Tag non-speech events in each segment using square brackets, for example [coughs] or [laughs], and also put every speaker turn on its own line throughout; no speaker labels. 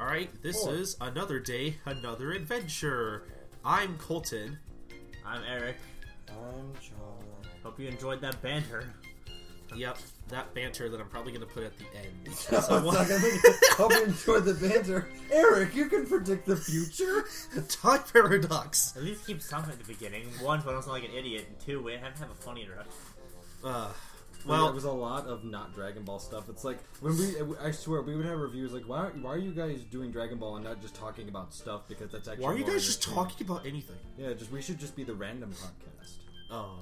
All right, this
Four.
is another day, another adventure. I'm Colton.
I'm Eric.
I'm John.
Hope you enjoyed that banter.
Yep, that banter that I'm probably going to put at the
[laughs]
end.
No, it's
Someone-
not gonna make it. [laughs] Hope you enjoyed the banter. Eric, you can predict the future.
[laughs] Time paradox.
At least keep something at the beginning. One, so I don't sound like an idiot. And two, we have to have a funny introduction.
Uh,
Well,
well,
there was a lot of not Dragon Ball stuff. It's like when we, I swear, we would have reviews like, why, why are you guys doing Dragon Ball and not just talking about stuff? Because that's actually
why are you
more
guys just
entertaining.
talking about anything?
Yeah, just we should just be the random podcast.
Oh,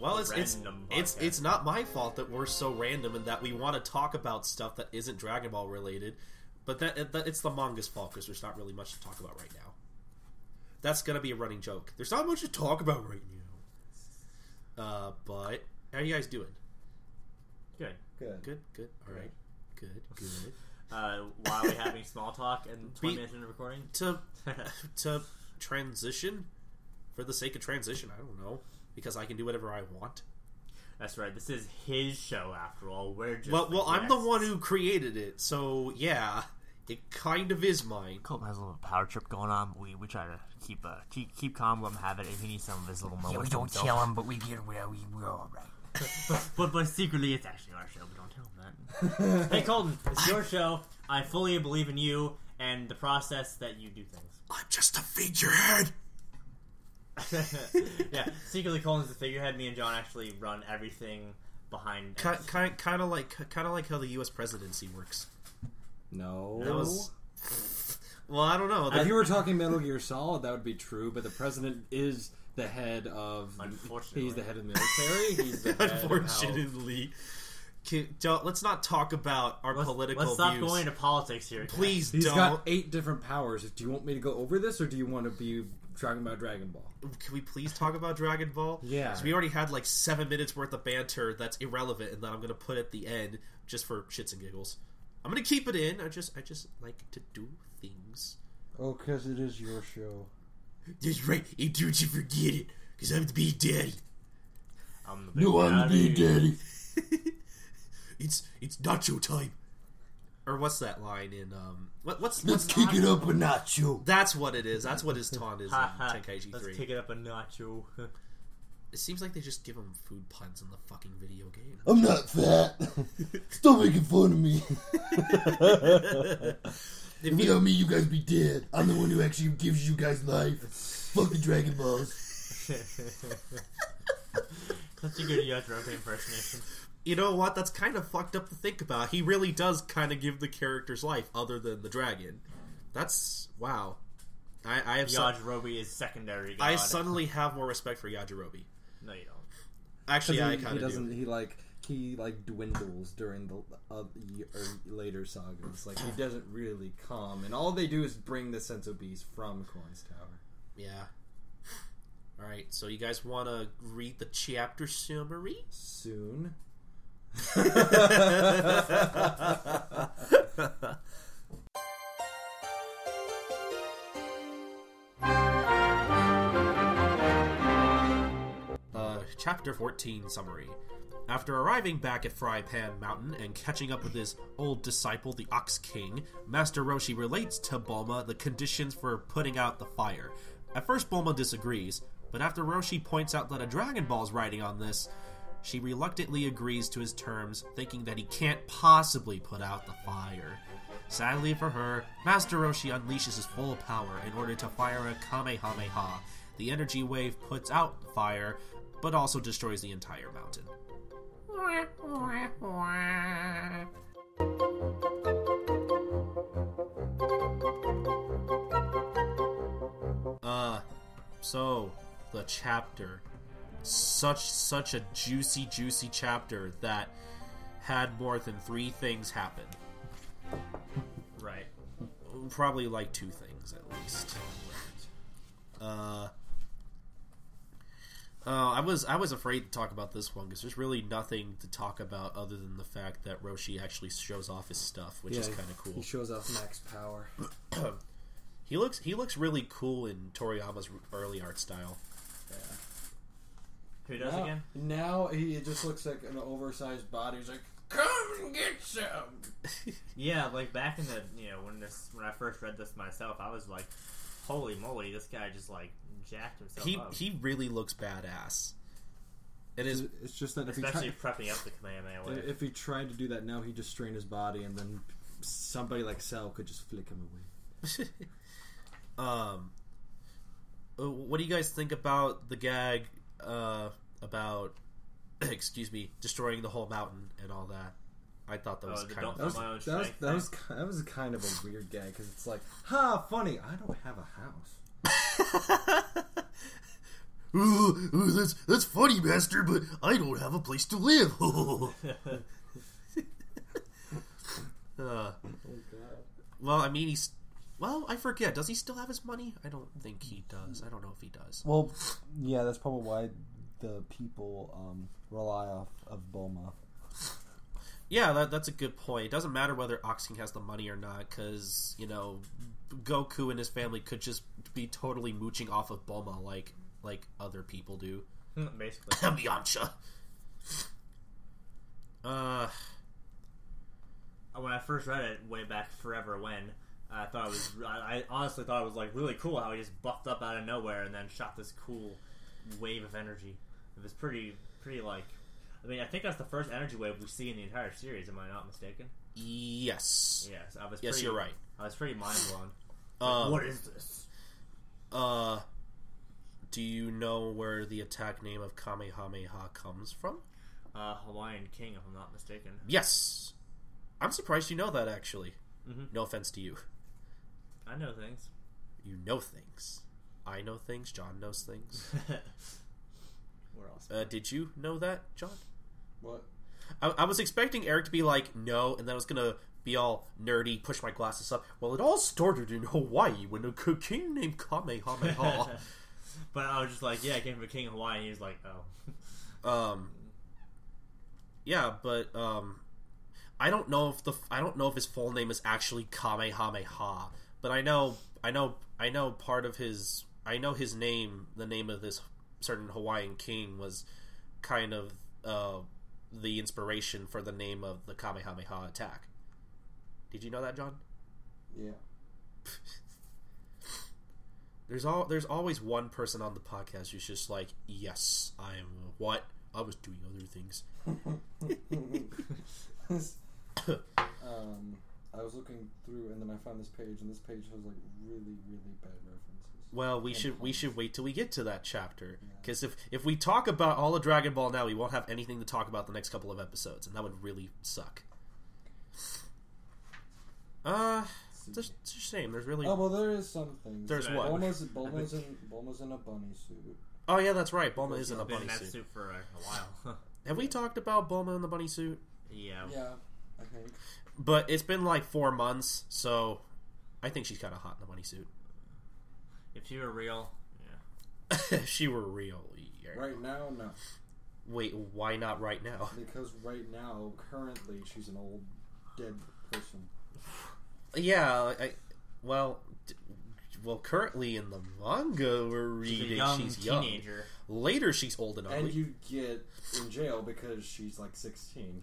well, it's it's,
Random
it's
podcast.
it's not my fault that we're so random and that we want to talk about stuff that isn't Dragon Ball related, but that, that it's the manga's fault because there's not really much to talk about right now. That's gonna be a running joke. There's not much to talk about right now. Uh, but how you guys doing?
Good.
Good.
Good, good. All right, good, good.
Uh, why are we having small talk [laughs] and 20
Be-
minutes into recording?
to to transition for the sake of transition, I don't know because I can do whatever I want.
That's right. This is his show after all. We're just.
Well, well, I'm the
guests.
one who created it, so yeah, it kind of is mine.
Colton has a little power trip going on. But we we try to keep uh keep keep calm, let him have it. If he needs some of his little moments,
Yeah, we
to
don't
himself.
tell him, but we get well. We, we're all right.
But but secretly, it's actually our show. But don't tell him
[laughs]
that. hey Colton, it's [laughs] your show. I fully believe in you and the process that you do things.
I'm just a figurehead.
[laughs] yeah, secretly Colin's the figurehead. Me and John actually run everything behind.
Kind, kind, kind of like, kind of like how the U.S. presidency works.
No.
That was. Well, I don't know.
If
That-
you were talking Metal Gear Solid, that would be true. But the president is the head of.
Unfortunately.
he's the head of the military.
[laughs]
He's the head Of how-
unfortunately, Can- don't, let's not talk about our
let's,
political
Let's stop
views.
going into politics here.
Please
He's
don't.
got eight different powers. Do you want me to go over this, or do you want to be talking about Dragon Ball?
Can we please talk about Dragon Ball?
Yeah.
'Cause we already had like seven minutes worth of banter that's irrelevant, and that I'm gonna put at the end just for shits and giggles. I'm gonna keep it in. I just, I just like to do things.
Oh, because it is your show.
That's right. Hey, dude, you forget it, cause I'm the big daddy.
I'm the no, I'm the big daddy.
[laughs] It's it's nacho time. Or what's that line in um? What what's
Let's
what's-
kick it up a notch, yo.
That's what it is. That's what [laughs] his taunt is in
[laughs] Ha ha.
Tenkaichi
Let's
Three.
kick it up a notch. [laughs] yo.
It seems like they just give him food puns in the fucking video game.
I'm not
[laughs]
fat. Stop making fun of me.
If you-
Without me, you guys be dead. I'm the one who actually gives you guys life. Fuck the Dragon Balls.
[laughs]
Such a good Yadroka [laughs] impersonation.
you know what? That's kind of fucked up to think about. He really does kind of give the characters life, other than the dragon. That's wow. I, I have su-
Yajirobe is secondary. God.
I suddenly have more respect for Yajirobe.
No, you don't.
Actually, I
he
kind of
doesn't.
do.
He like he like dwindles during the uh, y- or later sagas. Like he doesn't really come, and all they do is bring the senso bees from Corn's Tower.
Yeah. All right. So you guys want to read the chapter summary? [laughs]
Soon,
Uh, chapter 14 summary. After arriving back at Fry Pan Mountain and catching up with his old disciple, the Ox King, Master Roshi relates to Bulma the conditions for putting out the fire. At first, Bulma disagrees, but after Roshi points out that a Dragon Ball is riding on this, she reluctantly agrees to his terms, thinking that he can't possibly put out the fire. Sadly for her, Master Roshi unleashes his full power in order to fire a Kamehameha. The energy wave puts out the fire, but also destroys the entire mountain. Uh, so the chapter, such such a juicy juicy chapter that had more than three things happen.
Right.
Probably like two things at least. Uh. Uh, I was I was afraid to talk about this one because there's really nothing to talk about other than the fact that Roshi actually shows off his stuff, which is kind of cool.
He shows off max power.
He looks he looks really cool in Toriyama's early art style.
Who Who does
now,
again?
Now he just looks like an oversized body. He's like, "Come and get some."
Yeah, like back in the you know when this when I first read this myself, I was like, holy moly, this guy just like jacked
[laughs]
himself
He
up.
he really looks badass. It is
It's just that if he,
Especially
tried,
prepping up the Kamehameha wave.
if he tried to do that now, he'd just strain his body, and then somebody like Sal could just flick him away.
[laughs] Um, uh, what do you guys think about the gag uh, about, [clears throat] excuse me, destroying the whole mountain and all that? I thought that
Oh,
was
the
kind of
That was,
My own
that, was,
strength
that, was, ki- that was kind of a weird gag because it's like, ha, funny, I don't have a house.
[laughs]
Ooh, ooh, that's that's funny, Master, but I don't have a place to live.
[laughs] uh,
Oh, God.
well, I mean, he's well, I forget. Does he still have his money? I don't think he does. I don't know if he does.
Well, yeah, that's probably why the people um, rely off of [laughs] Bulma.
Yeah, that, that's a good point. It doesn't matter whether Oxking has the money or not, because you know, Goku and his family could just be totally mooching off of Bulma like like other people do. [laughs]
[laughs] Basically,
Yamcha. Uh,
when I first read it way back forever when. I thought it was. I I honestly thought it was like really cool how he just buffed up out of nowhere and then shot this cool wave of energy. It was pretty, pretty like. I mean, I think that's the first energy wave we see in the entire series. Am I not mistaken?
yes.
Yes, I was.
Yes,
pretty,
you're right.
I was pretty mind blown.
[sighs] Um,
what is this?
Uh, do you know where the attack name of Kamehameha comes from?
Uh, Hawaiian King, if I'm not mistaken.
Yes. I'm surprised you know that, actually.
Mhm.
No offense to you.
I know
[laughs]
things.
You know things. I know things. John knows things.
We're all
[laughs] Uh, did you know that, John?
What?
I, I was expecting Eric to be like, no, and then I was gonna be all nerdy, push my glasses up. Well, it all started in Hawaii when a k- king named
[laughs]
Kamehameha.
but I was just like, yeah, I came from King of Hawaii, and he was like, oh.
um, yeah, but um, I don't know if the I don't know if his full name is actually Kamehameha, but I know I know I know part of his I know his name. The name of this certain Hawaiian king was kind of uh, the inspiration for the name of the Kamehameha attack. Did you know that, John?
Yeah.
There's all there's always one person on the podcast who's just like, yes, I am what I was doing other things.
um, I was looking through, and then I found this page, and this page has like really, really bad references.
Well, we
And
should we
puns.
should wait till we get to that chapter
Yeah.
because if if we talk about all of Dragon Ball now, we won't have anything to talk about the next couple of episodes, and that would really suck. Uh, it's a, it's a shame. There's really
Oh well, there is some things.
There's
what?
Bulma's, Bulma's in Bulma's in a bunny suit.
oh yeah, that's right. Bulma is in a
I've been in
bunny
that
suit.
suit for a while. [laughs]
Have we talked about Bulma in the bunny suit? Oh.
yeah.
Yeah, I think.
But it's been like four months, so I think she's kind of hot in the bunny suit. [laughs]
If you were real, yeah.
if she were real, yeah.
Right now, no,
Wait, why not right now?
because right now, currently, she's an old dead person.
Yeah, I, well, d- well, currently in the manga we're
She's
reading,
a young
she's young.
teenager.
Later, she's old and ugly.
And you get in jail because she's like 16.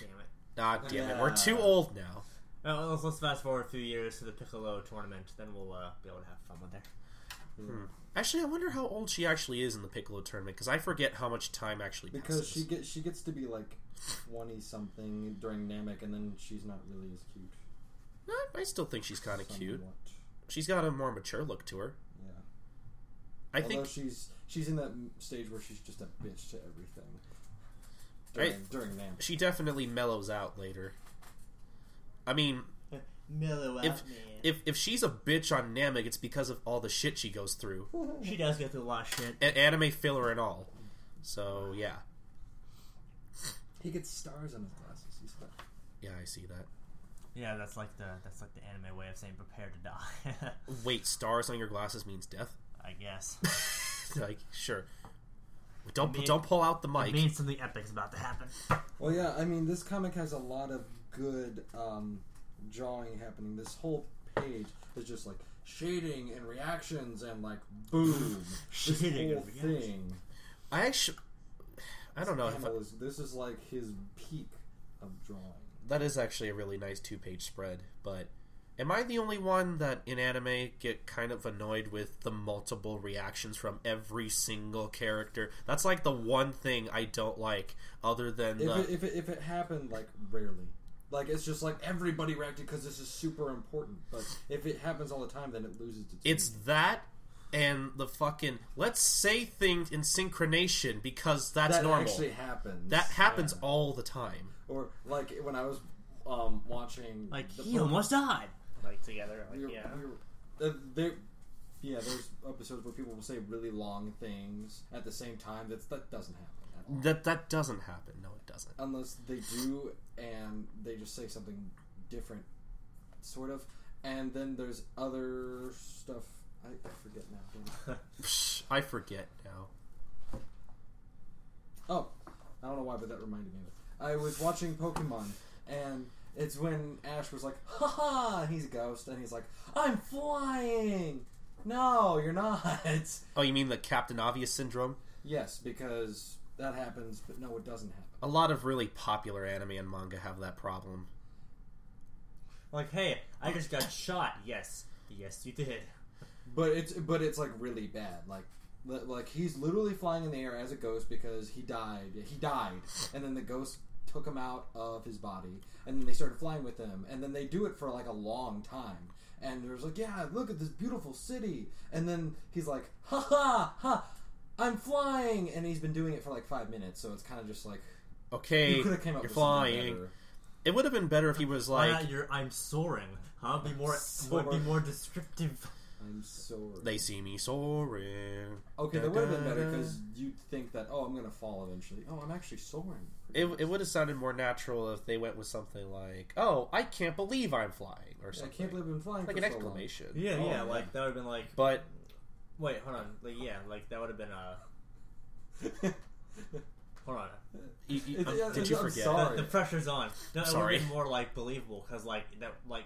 Damn it.
ah, damn it, we're too old now.
Well, let's, let's fast forward a few years to the Piccolo tournament, then we'll uh, be able to have fun with her.
Actually, I wonder how old she actually is in the Piccolo tournament because I forget how much time actually
Because
passes.
she gets she gets to be like 20 something during Namek, and then she's not really as cute.
No, I still think she's kind of cute.
somewhat.
She's got a more mature look to her.
Yeah.
I
Although
think
she's she's in that m- stage where she's just a bitch to everything. During,
Right.
during Namek.
she definitely mellows out later. I mean,
Mellow
If- if if she's a bitch on Namek, it's because of all the shit she goes through.
She does go through a lot of shit.
and anime filler and all. So yeah,
[laughs] He gets stars on his glasses. He's fine.
yeah, I see that.
Yeah, that's like the that's like the anime way of saying prepare to die. [laughs]
Wait, stars on your glasses means death? [laughs]
I guess.
like, sure. Don't
mean-
don't pull out the
It
mic.
means something epic's about to happen.
Well, yeah, I mean, this comic has a lot of good um, drawing happening. This whole page is just like shading and reactions and like boom, this
[laughs] Shading
whole
and reactions.
thing.
I actually, I don't know. If
Hamill is- this is like his peak of drawing.
that is actually a really nice two-page spread. But am I the only one that in anime get kind of annoyed with the multiple reactions from every single character? That's like the one thing I don't like, other than
If
the
it, if, it, if it happened, like rarely, like it's just like everybody reacted because this is super important. But if it happens all the time, then it loses. Its,
It's that and the fucking let's say things in synchronation because that's
that
normal.
actually happens.
that happens
Yeah.
all the time.
Or like when I was um, watching,
Like
the
he
Pokemon-
almost died. Like together. Like
we were-
yeah.
we were- uh, there, yeah, there's episodes where people will say really long things at the same time. That's that doesn't happen. at all.
That that doesn't happen. No, it doesn't.
unless they do and they just say something different, sort of. And then there's other stuff. I, I forget now. Damn it.
Psh, I forget now.
Oh, I don't know why, but that reminded me of it. I was watching Pokemon, and it's when Ash was like, "Ha ha!" He's a ghost, and he's like, "I'm flying." No, you're not. [laughs]
Oh, you mean the Captain Obvious syndrome?
yes, because that happens, but no, it doesn't happen.
A lot of really popular anime and manga have that problem.
Like hey, I just got shot. Yes, yes, you did.
But it's but it's like really bad. Like li- like he's literally flying in the air as a ghost because he died. He died, and then the ghost took him out of his body, and then they started flying with him, and then they do it for like a long time. And there's like, yeah, look at this beautiful city, and then he's like, ha ha ha, I'm flying, and he's been doing it for like five minutes, so it's kind of just like
Okay,
you
you
could
are
have came up with something
flying.
better. Ah,
It would have been better if he was
Why
like,
not you're, I'm soaring. Huh? Be more.
soaring.
Be more descriptive.
I'm sorry.
"They see me soaring."
okay, that would have been better
Da-da-da.
because you'd think that oh, I'm gonna fall eventually. Oh, I'm actually soaring.
It, it would have sounded more natural if they went with something like, "Oh, I can't believe I'm flying," or
I
something
can't believe I'm flying.
like
for
an
so long.
exclamation.
[laughs] Yeah,
Oh,
yeah,
yeah.
Like that would have been like.
But
Wait, hold on. Like yeah, like that would have been a. Hold on.
you, you-
It-
um,
it-
did you
I'm
forget?
sorry.
The, the pressure's on. No,
Sorry.
it would be more like believable because like that like.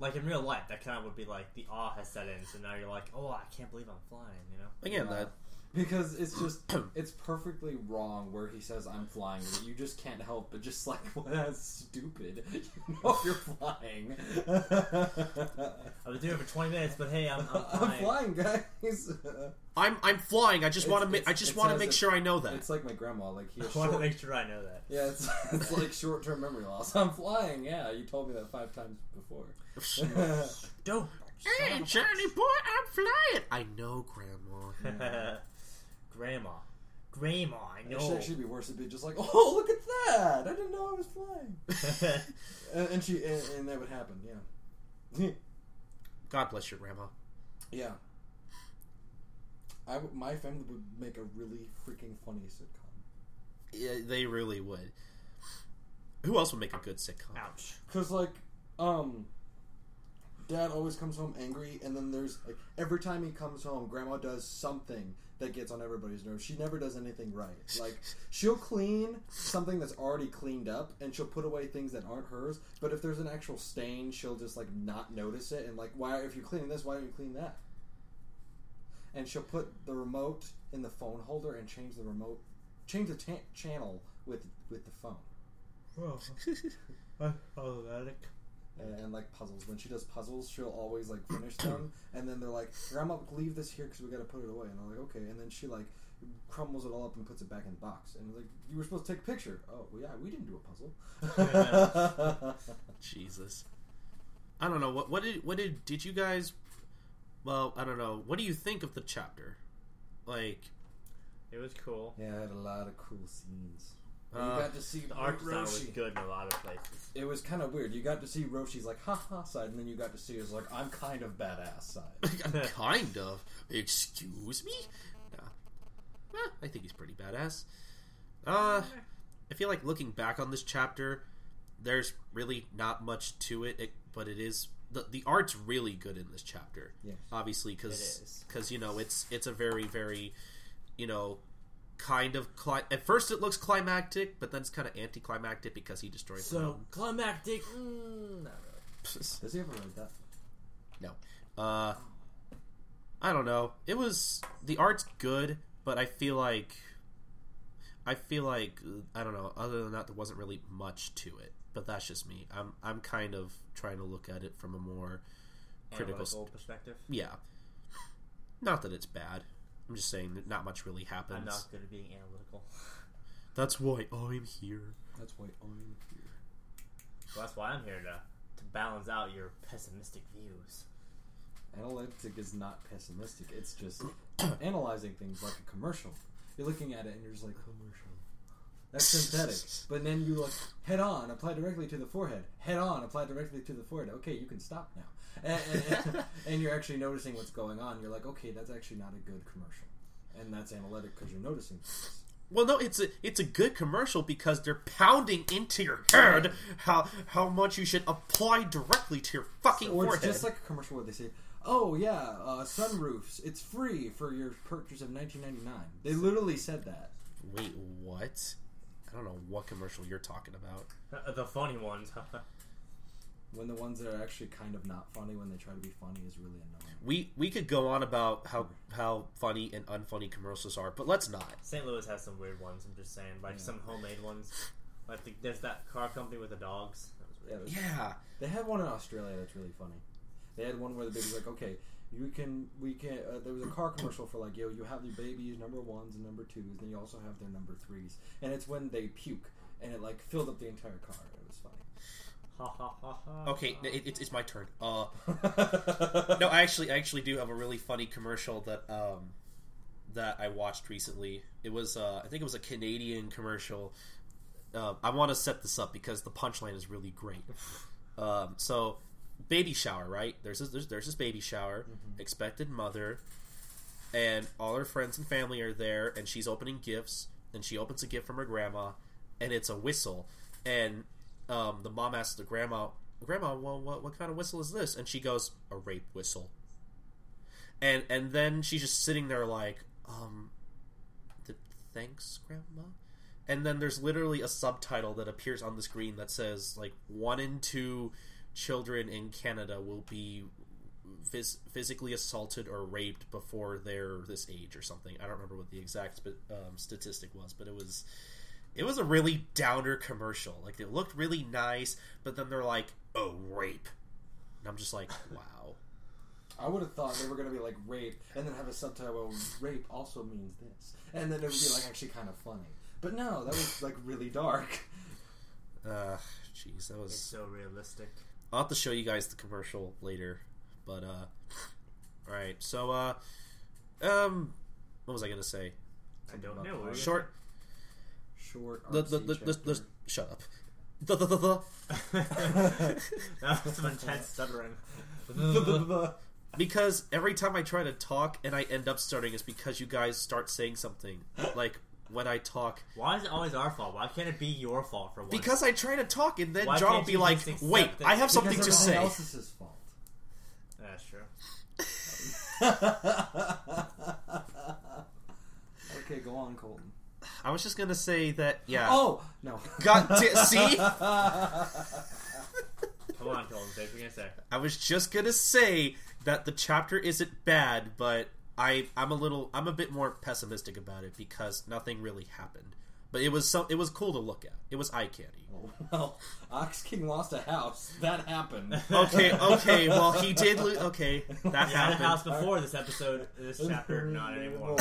Like in real life, that kind of would be like the awe has set in, so now you're like, oh, I can't believe I'm flying, you know?
Again,
Yeah.
that
[laughs] because it's
[clears throat]
just it's perfectly wrong where he says I'm flying. but You just can't help but just [laughs] like well, that's stupid. [laughs] You know you're flying.
I've been doing it for 20 minutes, but hey, I'm, [laughs] I'm flying.
I'm flying, guys. [laughs]
I'm I'm flying. I just
It's-
want to make I
it's-
just
it
want to
says
make
it-
sure I know that.
It's like my grandma. Like he
I [laughs]
has
want to
short.
make sure I know that.
[laughs] Yeah, it's, it's like short-term memory loss. [laughs] I'm flying. Yeah, you told me that five times before.
[laughs]
Don't.
hey, Johnny boy, I'm flying. I know, Grandma.
[laughs] Grandma. Grandma, I
It should
know.
actually be worse. It'd be just like, [laughs] oh, look at that! I didn't know I was flying. And, and she and, and that would happen. Yeah.
God bless your grandma.
Yeah. I w- my family would make a really freaking funny sitcom.
Yeah, they really would. Who else would make a good sitcom?
[laughs] Ouch.
Cause like, um, dad always comes home angry, and then there's like every time he comes home, grandma does something that gets on everybody's nerves. She never does anything right. Like she'll clean something that's already cleaned up, and she'll put away things that aren't hers. But if there's an actual stain, she'll just like not notice it, and like, why if you're cleaning this, why don't you clean that? and she'll put the remote in the phone holder and change the remote, change the cha- channel with with the phone
Problematic.
and, and like puzzles. When she does puzzles, she'll always like finish them, and then they're like, "Grandma, leave this here because we got to put it away." And I'm like, "Okay," and then she like crumbles it all up and puts it back in the box. And like, "You were supposed to take a picture." Oh, well, yeah, we didn't do a puzzle.
[laughs] Jesus. I don't know what what did what did did you guys? Well, I don't know. What do you think of the chapter? Like,
It was cool.
yeah, I had a lot of cool scenes.
Uh,
you got to see
The art design was
Roshi.
good in a lot of places.
it was kind of weird. You got to see Roshi's like ha ha side, and then you got to see his like I'm kind of badass side.
[coughs] kind of. Excuse me? Nah. Eh, I think he's pretty badass. Uh, I feel like looking back on this chapter, there's really not much to it, it but it is the the art's really good in this chapter.
Yes.
Obviously,
It
because
is.
you know it's it's a very very you know kind of cli- at first it looks climactic, but then it's kind of anticlimactic because he destroys the
So,
mountain.
climactic. Mm, not really.
Does he ever read that?
No. Uh I don't know. It was the art's good, but I feel like I feel like I don't know. Other than that, there wasn't really much to it. But that's just me. I'm I'm kind of trying to look at it from a more critical. s-
Analytical perspective.
Yeah. Not that it's bad. I'm just saying that not much really happens.
I'm not good at being analytical.
That's why I'm here.
That's why I'm here.
Well, that's why I'm here to to balance out your pessimistic views.
Analytic is not pessimistic. It's just [clears throat] analyzing things like a commercial. You're looking at it and you're just like commercial. That's synthetic. But then you look head on, apply directly to the forehead. Head on, apply directly to the forehead. Okay, you can stop now. And, and, [laughs] and you're actually noticing what's going on. You're like, okay, that's actually not a good commercial. And that's analytic because you're noticing things.
Well, no, it's a it's a good commercial because they're pounding into your head how how much you should apply directly to your fucking
Or it's
forehead.
just like a commercial where they say, "Oh yeah, uh, sunroofs. It's free for your purchase of 19.99." They literally said that.
Wait, what? I don't know what commercial you're talking about.
The
[laughs]
funny ones.
When the ones that are actually kind of not funny when they try to be funny is really annoying.
We we could go on about how how funny and unfunny commercials are, but let's not.
St. Louis has some weird ones. I'm just saying, like
Yeah.
some homemade ones. Like the, there's that car company with the dogs. That was weird.
Yeah, it was-
Yeah,
they had one in Australia that's really funny. They had one where the baby's like, "Okay, you can, we can." Uh, there was a car commercial for like, "Yo, you have your babies number ones and number twos, and you also have their number threes, and it's when they puke, and it like filled up the entire car. It was
Ha ha ha ha.
Okay, n- it, it's, it's my turn. Uh,
funny. [laughs]
no, I actually I actually do have a really funny commercial that um that I watched recently. It was uh, I think it was a Canadian commercial. Uh, I want to set this up because the punchline is really great. Um, so baby shower, right? There's this, there's there's this baby shower, expected mother, and all her friends and family are there, and she's opening gifts, and she opens a gift from her grandma, and it's a whistle, and um, the mom asks the grandma, "Grandma, well, what what kind of whistle is this?" And she goes, "A rape whistle." And and then she's just sitting there like, um, th- "Thanks, grandma." And then there's literally a subtitle that appears on the screen that says like one in two children in Canada will be phys- physically assaulted or raped before they're this age or something. I don't remember what the exact sp- um, statistic was, but it was it was a really downer commercial. Like it looked really nice, but then they're like, "Oh, rape," and I'm just like, "Wow."
I would have thought they were gonna be like rape, and then have a subtitle "rape also means this," and then it would be like actually kind of funny. But no, that was like really dark. [laughs]
Uh, jeez, that
It's
was.
so realistic.
I'll have to show you guys the commercial later, but uh, all right. So uh, um, what was I gonna say?
I don't
about
know.
cars.
Short.
Short.
The the
artsy
the, the, the
chapter.
shut up. The the the the.
[laughs] that was some intense stuttering.
Because every time I try to talk and I end up starting, it's because you guys start saying something. Like when I talk,
Why is it always our fault? Why can't it be your fault for once?
because I try to talk, and then
Why
John will
can't
be
you
like,
just accept
"Wait,
that-
I have something
Because
to
everyone
say."
Else is his fault.
that's true.
okay, go on, Colton.
I was just gonna say that. Yeah.
Oh no.
God, t- see,
Come on, Colton. What are you gonna say?
I was just gonna say that the chapter isn't bad, but I I'm a little I'm a bit more pessimistic about it because nothing really happened. But it was so it was cool to look at. It was eye candy.
[laughs] well, Ox King lost a house. That happened.
[laughs]
[laughs]
Okay, okay. Well, he did lose. Okay, that
I had a house
happened.
before this episode, this chapter, not anymore.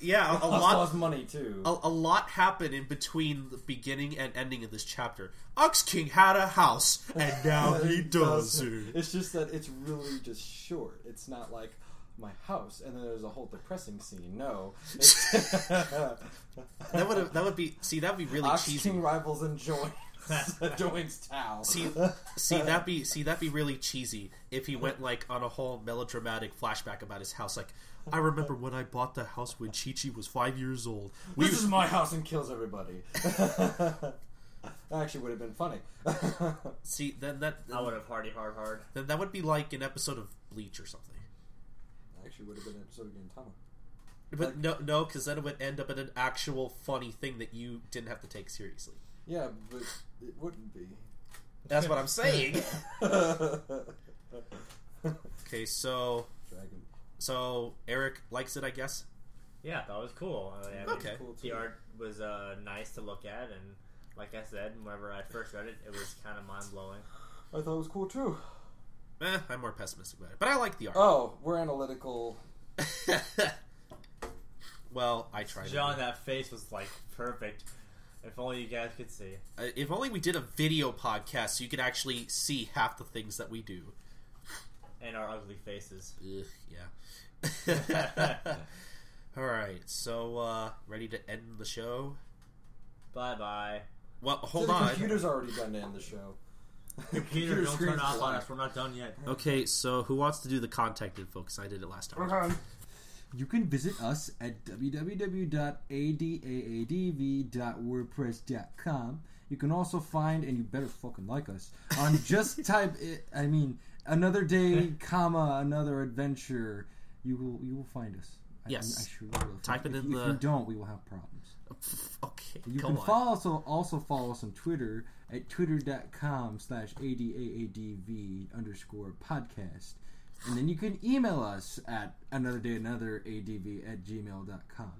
Yeah, [laughs] a, a
Ox
lot. Oh,
lost money too.
a, a lot happened in between the beginning and ending of this chapter. Ox King had a house, and now [laughs] he doesn't.
It's just that it's really just short. It's not like my house, and then there's a whole depressing scene.
[laughs]
No, It's-
That would have that would be see that would be really
Ox
cheesy.
King rivals and
[laughs]
joins [laughs] joins Tao.
See, see that be see that be really cheesy if he went like on a whole melodramatic flashback about his house. Like, I remember when I bought the house when Chi Chi was five years old. We
this is my house and kills everybody. [laughs] that actually would have been funny. [laughs]
see then that
I would have hardy hard hard.
then that would be like an episode of Bleach or something.
actually would have been an episode of Gintama.
But no, no, because then it would end up in an actual funny thing that you didn't have to take seriously.
Yeah, but it wouldn't be. [laughs]
That's what I'm saying.
Dragon.
okay, so so Eric likes it, I guess.
Yeah, I thought it was cool. I mean, I mean,
Okay.
Cool
The
too.
art was uh, nice to look at, and like I said, whenever I first read it, it was kind of mind blowing.
I thought it was cool too.
Eh, I'm more pessimistic about it, but I like the art.
Oh, we're analytical.
[laughs] well, I tried. it.
John, that face was like perfect. If only you guys could see.
Uh, If only we did a video podcast, so you could actually see half the things that we do.
And our ugly faces.
Ugh, yeah. [laughs] All right, so uh, ready to end the show?
Bye bye.
Well, hold
the
on.
computer's already done to end the show.
Peter, don't turn
screen's
off on
black.
us. We're not done yet.
Okay, so who wants to do the contact info? Because I did it last time.
You can visit us at www.adaadv.wordpress.com. You can also find, and you better fucking like us,
[laughs]
on just type it, I mean, another day, comma, another adventure. You will you will find us. I-
Yes.
I, sure will. If
Type
you-
it
if
in
you- If
the-
you don't, we will have problems.
[laughs] Okay,
You
go
can
on.
follow us, also follow us on Twitter at twitter.com slash ADAADV underscore podcast. And then you can email us at another day another ADV at gmail.com.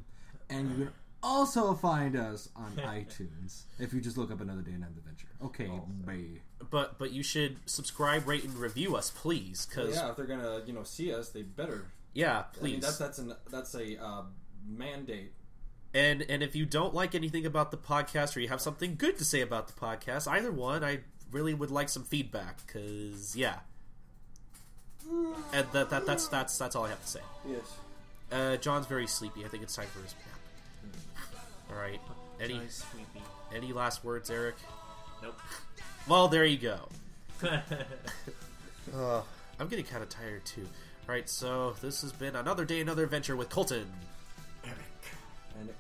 And you can also find us
[laughs]
on iTunes if you just look up another day another adventure. Okay,
Oh,
bye.
But but you should subscribe, rate, and review us, please. Because
Oh, Yeah,
yeah.
if they're gonna you know see us, they better. I mean
please.
that's that's an that's a uh, mandate.
and and if you don't like anything about the podcast, or you have something good to say about the podcast, either one, I really would like some feedback. Because yeah, and that, that that's that's that's all I have to say.
Yes.
Uh, John's very sleepy. I think it's time for his nap. All right. Any
Nice, sweepy.
any last words, Eric?
Nope. [laughs]
Well, there you go. I'm getting kind of tired too. All right, so this has been another day, another adventure with Colton
And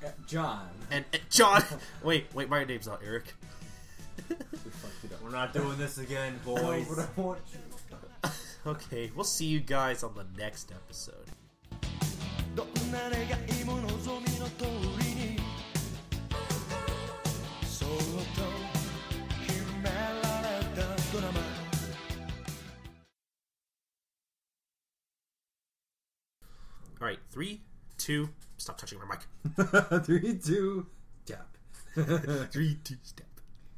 uh, John,
and, and John. wait, wait, my name's not Eric. [laughs]
we fucked it up.
We're not doing this again, boys.
[laughs] No, but I want you.
Okay, we'll see you guys on the next episode.
どんな願いも望みの通りにそっと決められたドラマ
All right, three, two, stop touching my mic.
[laughs]
Three, two, tap.
Three, two, step.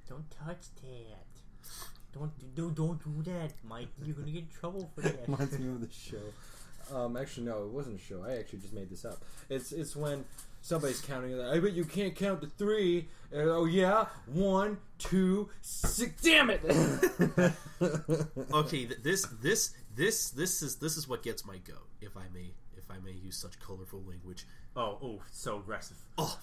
Don't touch that. Don't do don't do that, Mike. You're gonna get in trouble for that.
reminds me of the show. Um, [laughs] actually, no, it wasn't a show. I actually just made this up. It's it's when somebody's counting. Like, I bet you can't count to three. And, oh yeah, one, two, six. Damn it!
Okay, th- this, this, this, this is this is what gets my goat, if I may, if I may use such colorful language.
[laughs] oh, oh, so aggressive.
Oh,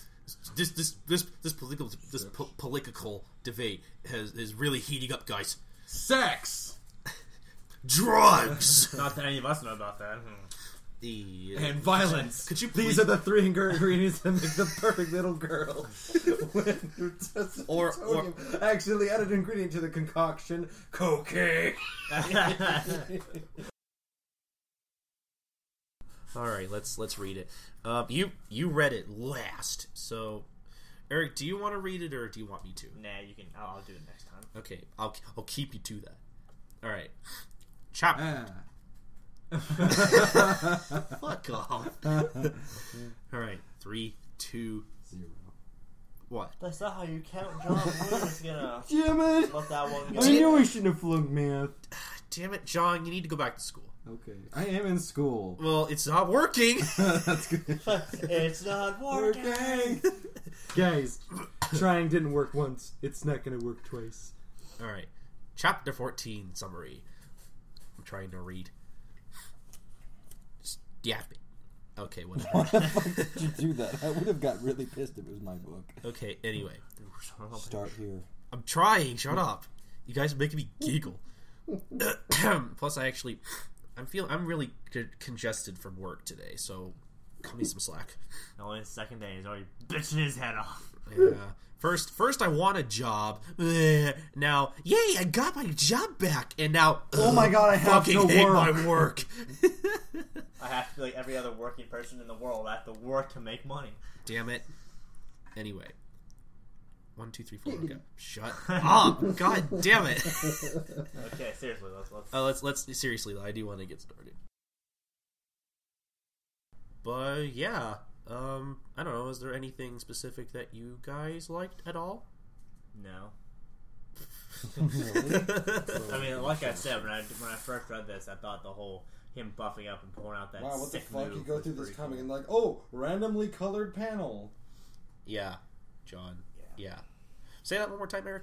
[laughs] this, this, this, this political, this po- political debate has is really heating up, guys.
Sex [laughs]
Drugs.
Not that any of us know about that. Hmm.
the uh,
and violence.
Could you
These
please
are the three ingredients that make the perfect little girl. [laughs] when you're just
Or-
Tony actually add an ingredient to the concoction: cocaine.
All right, let's let's read it. Um, you you read it last, so Eric, do you want to read it or do you want me to?
Nah, you can. I'll, I'll do it next time.
Okay, I'll I'll keep you to that. All right, chop.
[laughs]
Ah.
[laughs] Fuck off. [laughs] All right, three, two,
Zero.
what?
That's not how you count, John. We're just [laughs] gonna
Damn it!
let that one
I knew we shouldn't have flunked math.
Damn it, John, you need to go back to school.
Okay. I am in school. [laughs]
Well, it's not working.
That's
[laughs]
good.
[laughs] it's not working.
Okay. [laughs] Guys, [laughs] trying didn't work once. It's not going to work twice.
All right, chapter fourteen summary. I'm trying to read. Stop it. Okay, whatever.
Did you do that? I would have got really pissed if it was my book.
Okay, anyway.
Start here.
I'm trying, shut up. You guys are making me giggle. [clears throat] Plus I actually I'm feeling I'm really c- congested from work today, so cut me some slack.
Only his second day. He's already bitching his head off.
Yeah. uh, First first I want a job. Eh, Now, yay, I got my job back and now
Oh my god, I have
fucking
to
hate
work.
my work.
I have to be like every other working person in the world. I have to work to make money.
[laughs] Damn it. Anyway. One, two, three, four, go. Shut up. God damn it.
Okay, seriously, let's let's.
Uh, let's let's seriously. though, I do want to get started. But yeah, um, I don't know. Is there anything specific that you guys liked at all? [laughs]
No.
Really?
I mean, like I said, when I when I first read this, I thought the whole him buffing up and pulling out that
Wow, what the
sick
fuck? You
move
go
was
through this
pretty
comic
cool.
and like, oh, randomly colored panel.
Yeah, John.
Yeah.
Yeah. Say that one more time, Eric.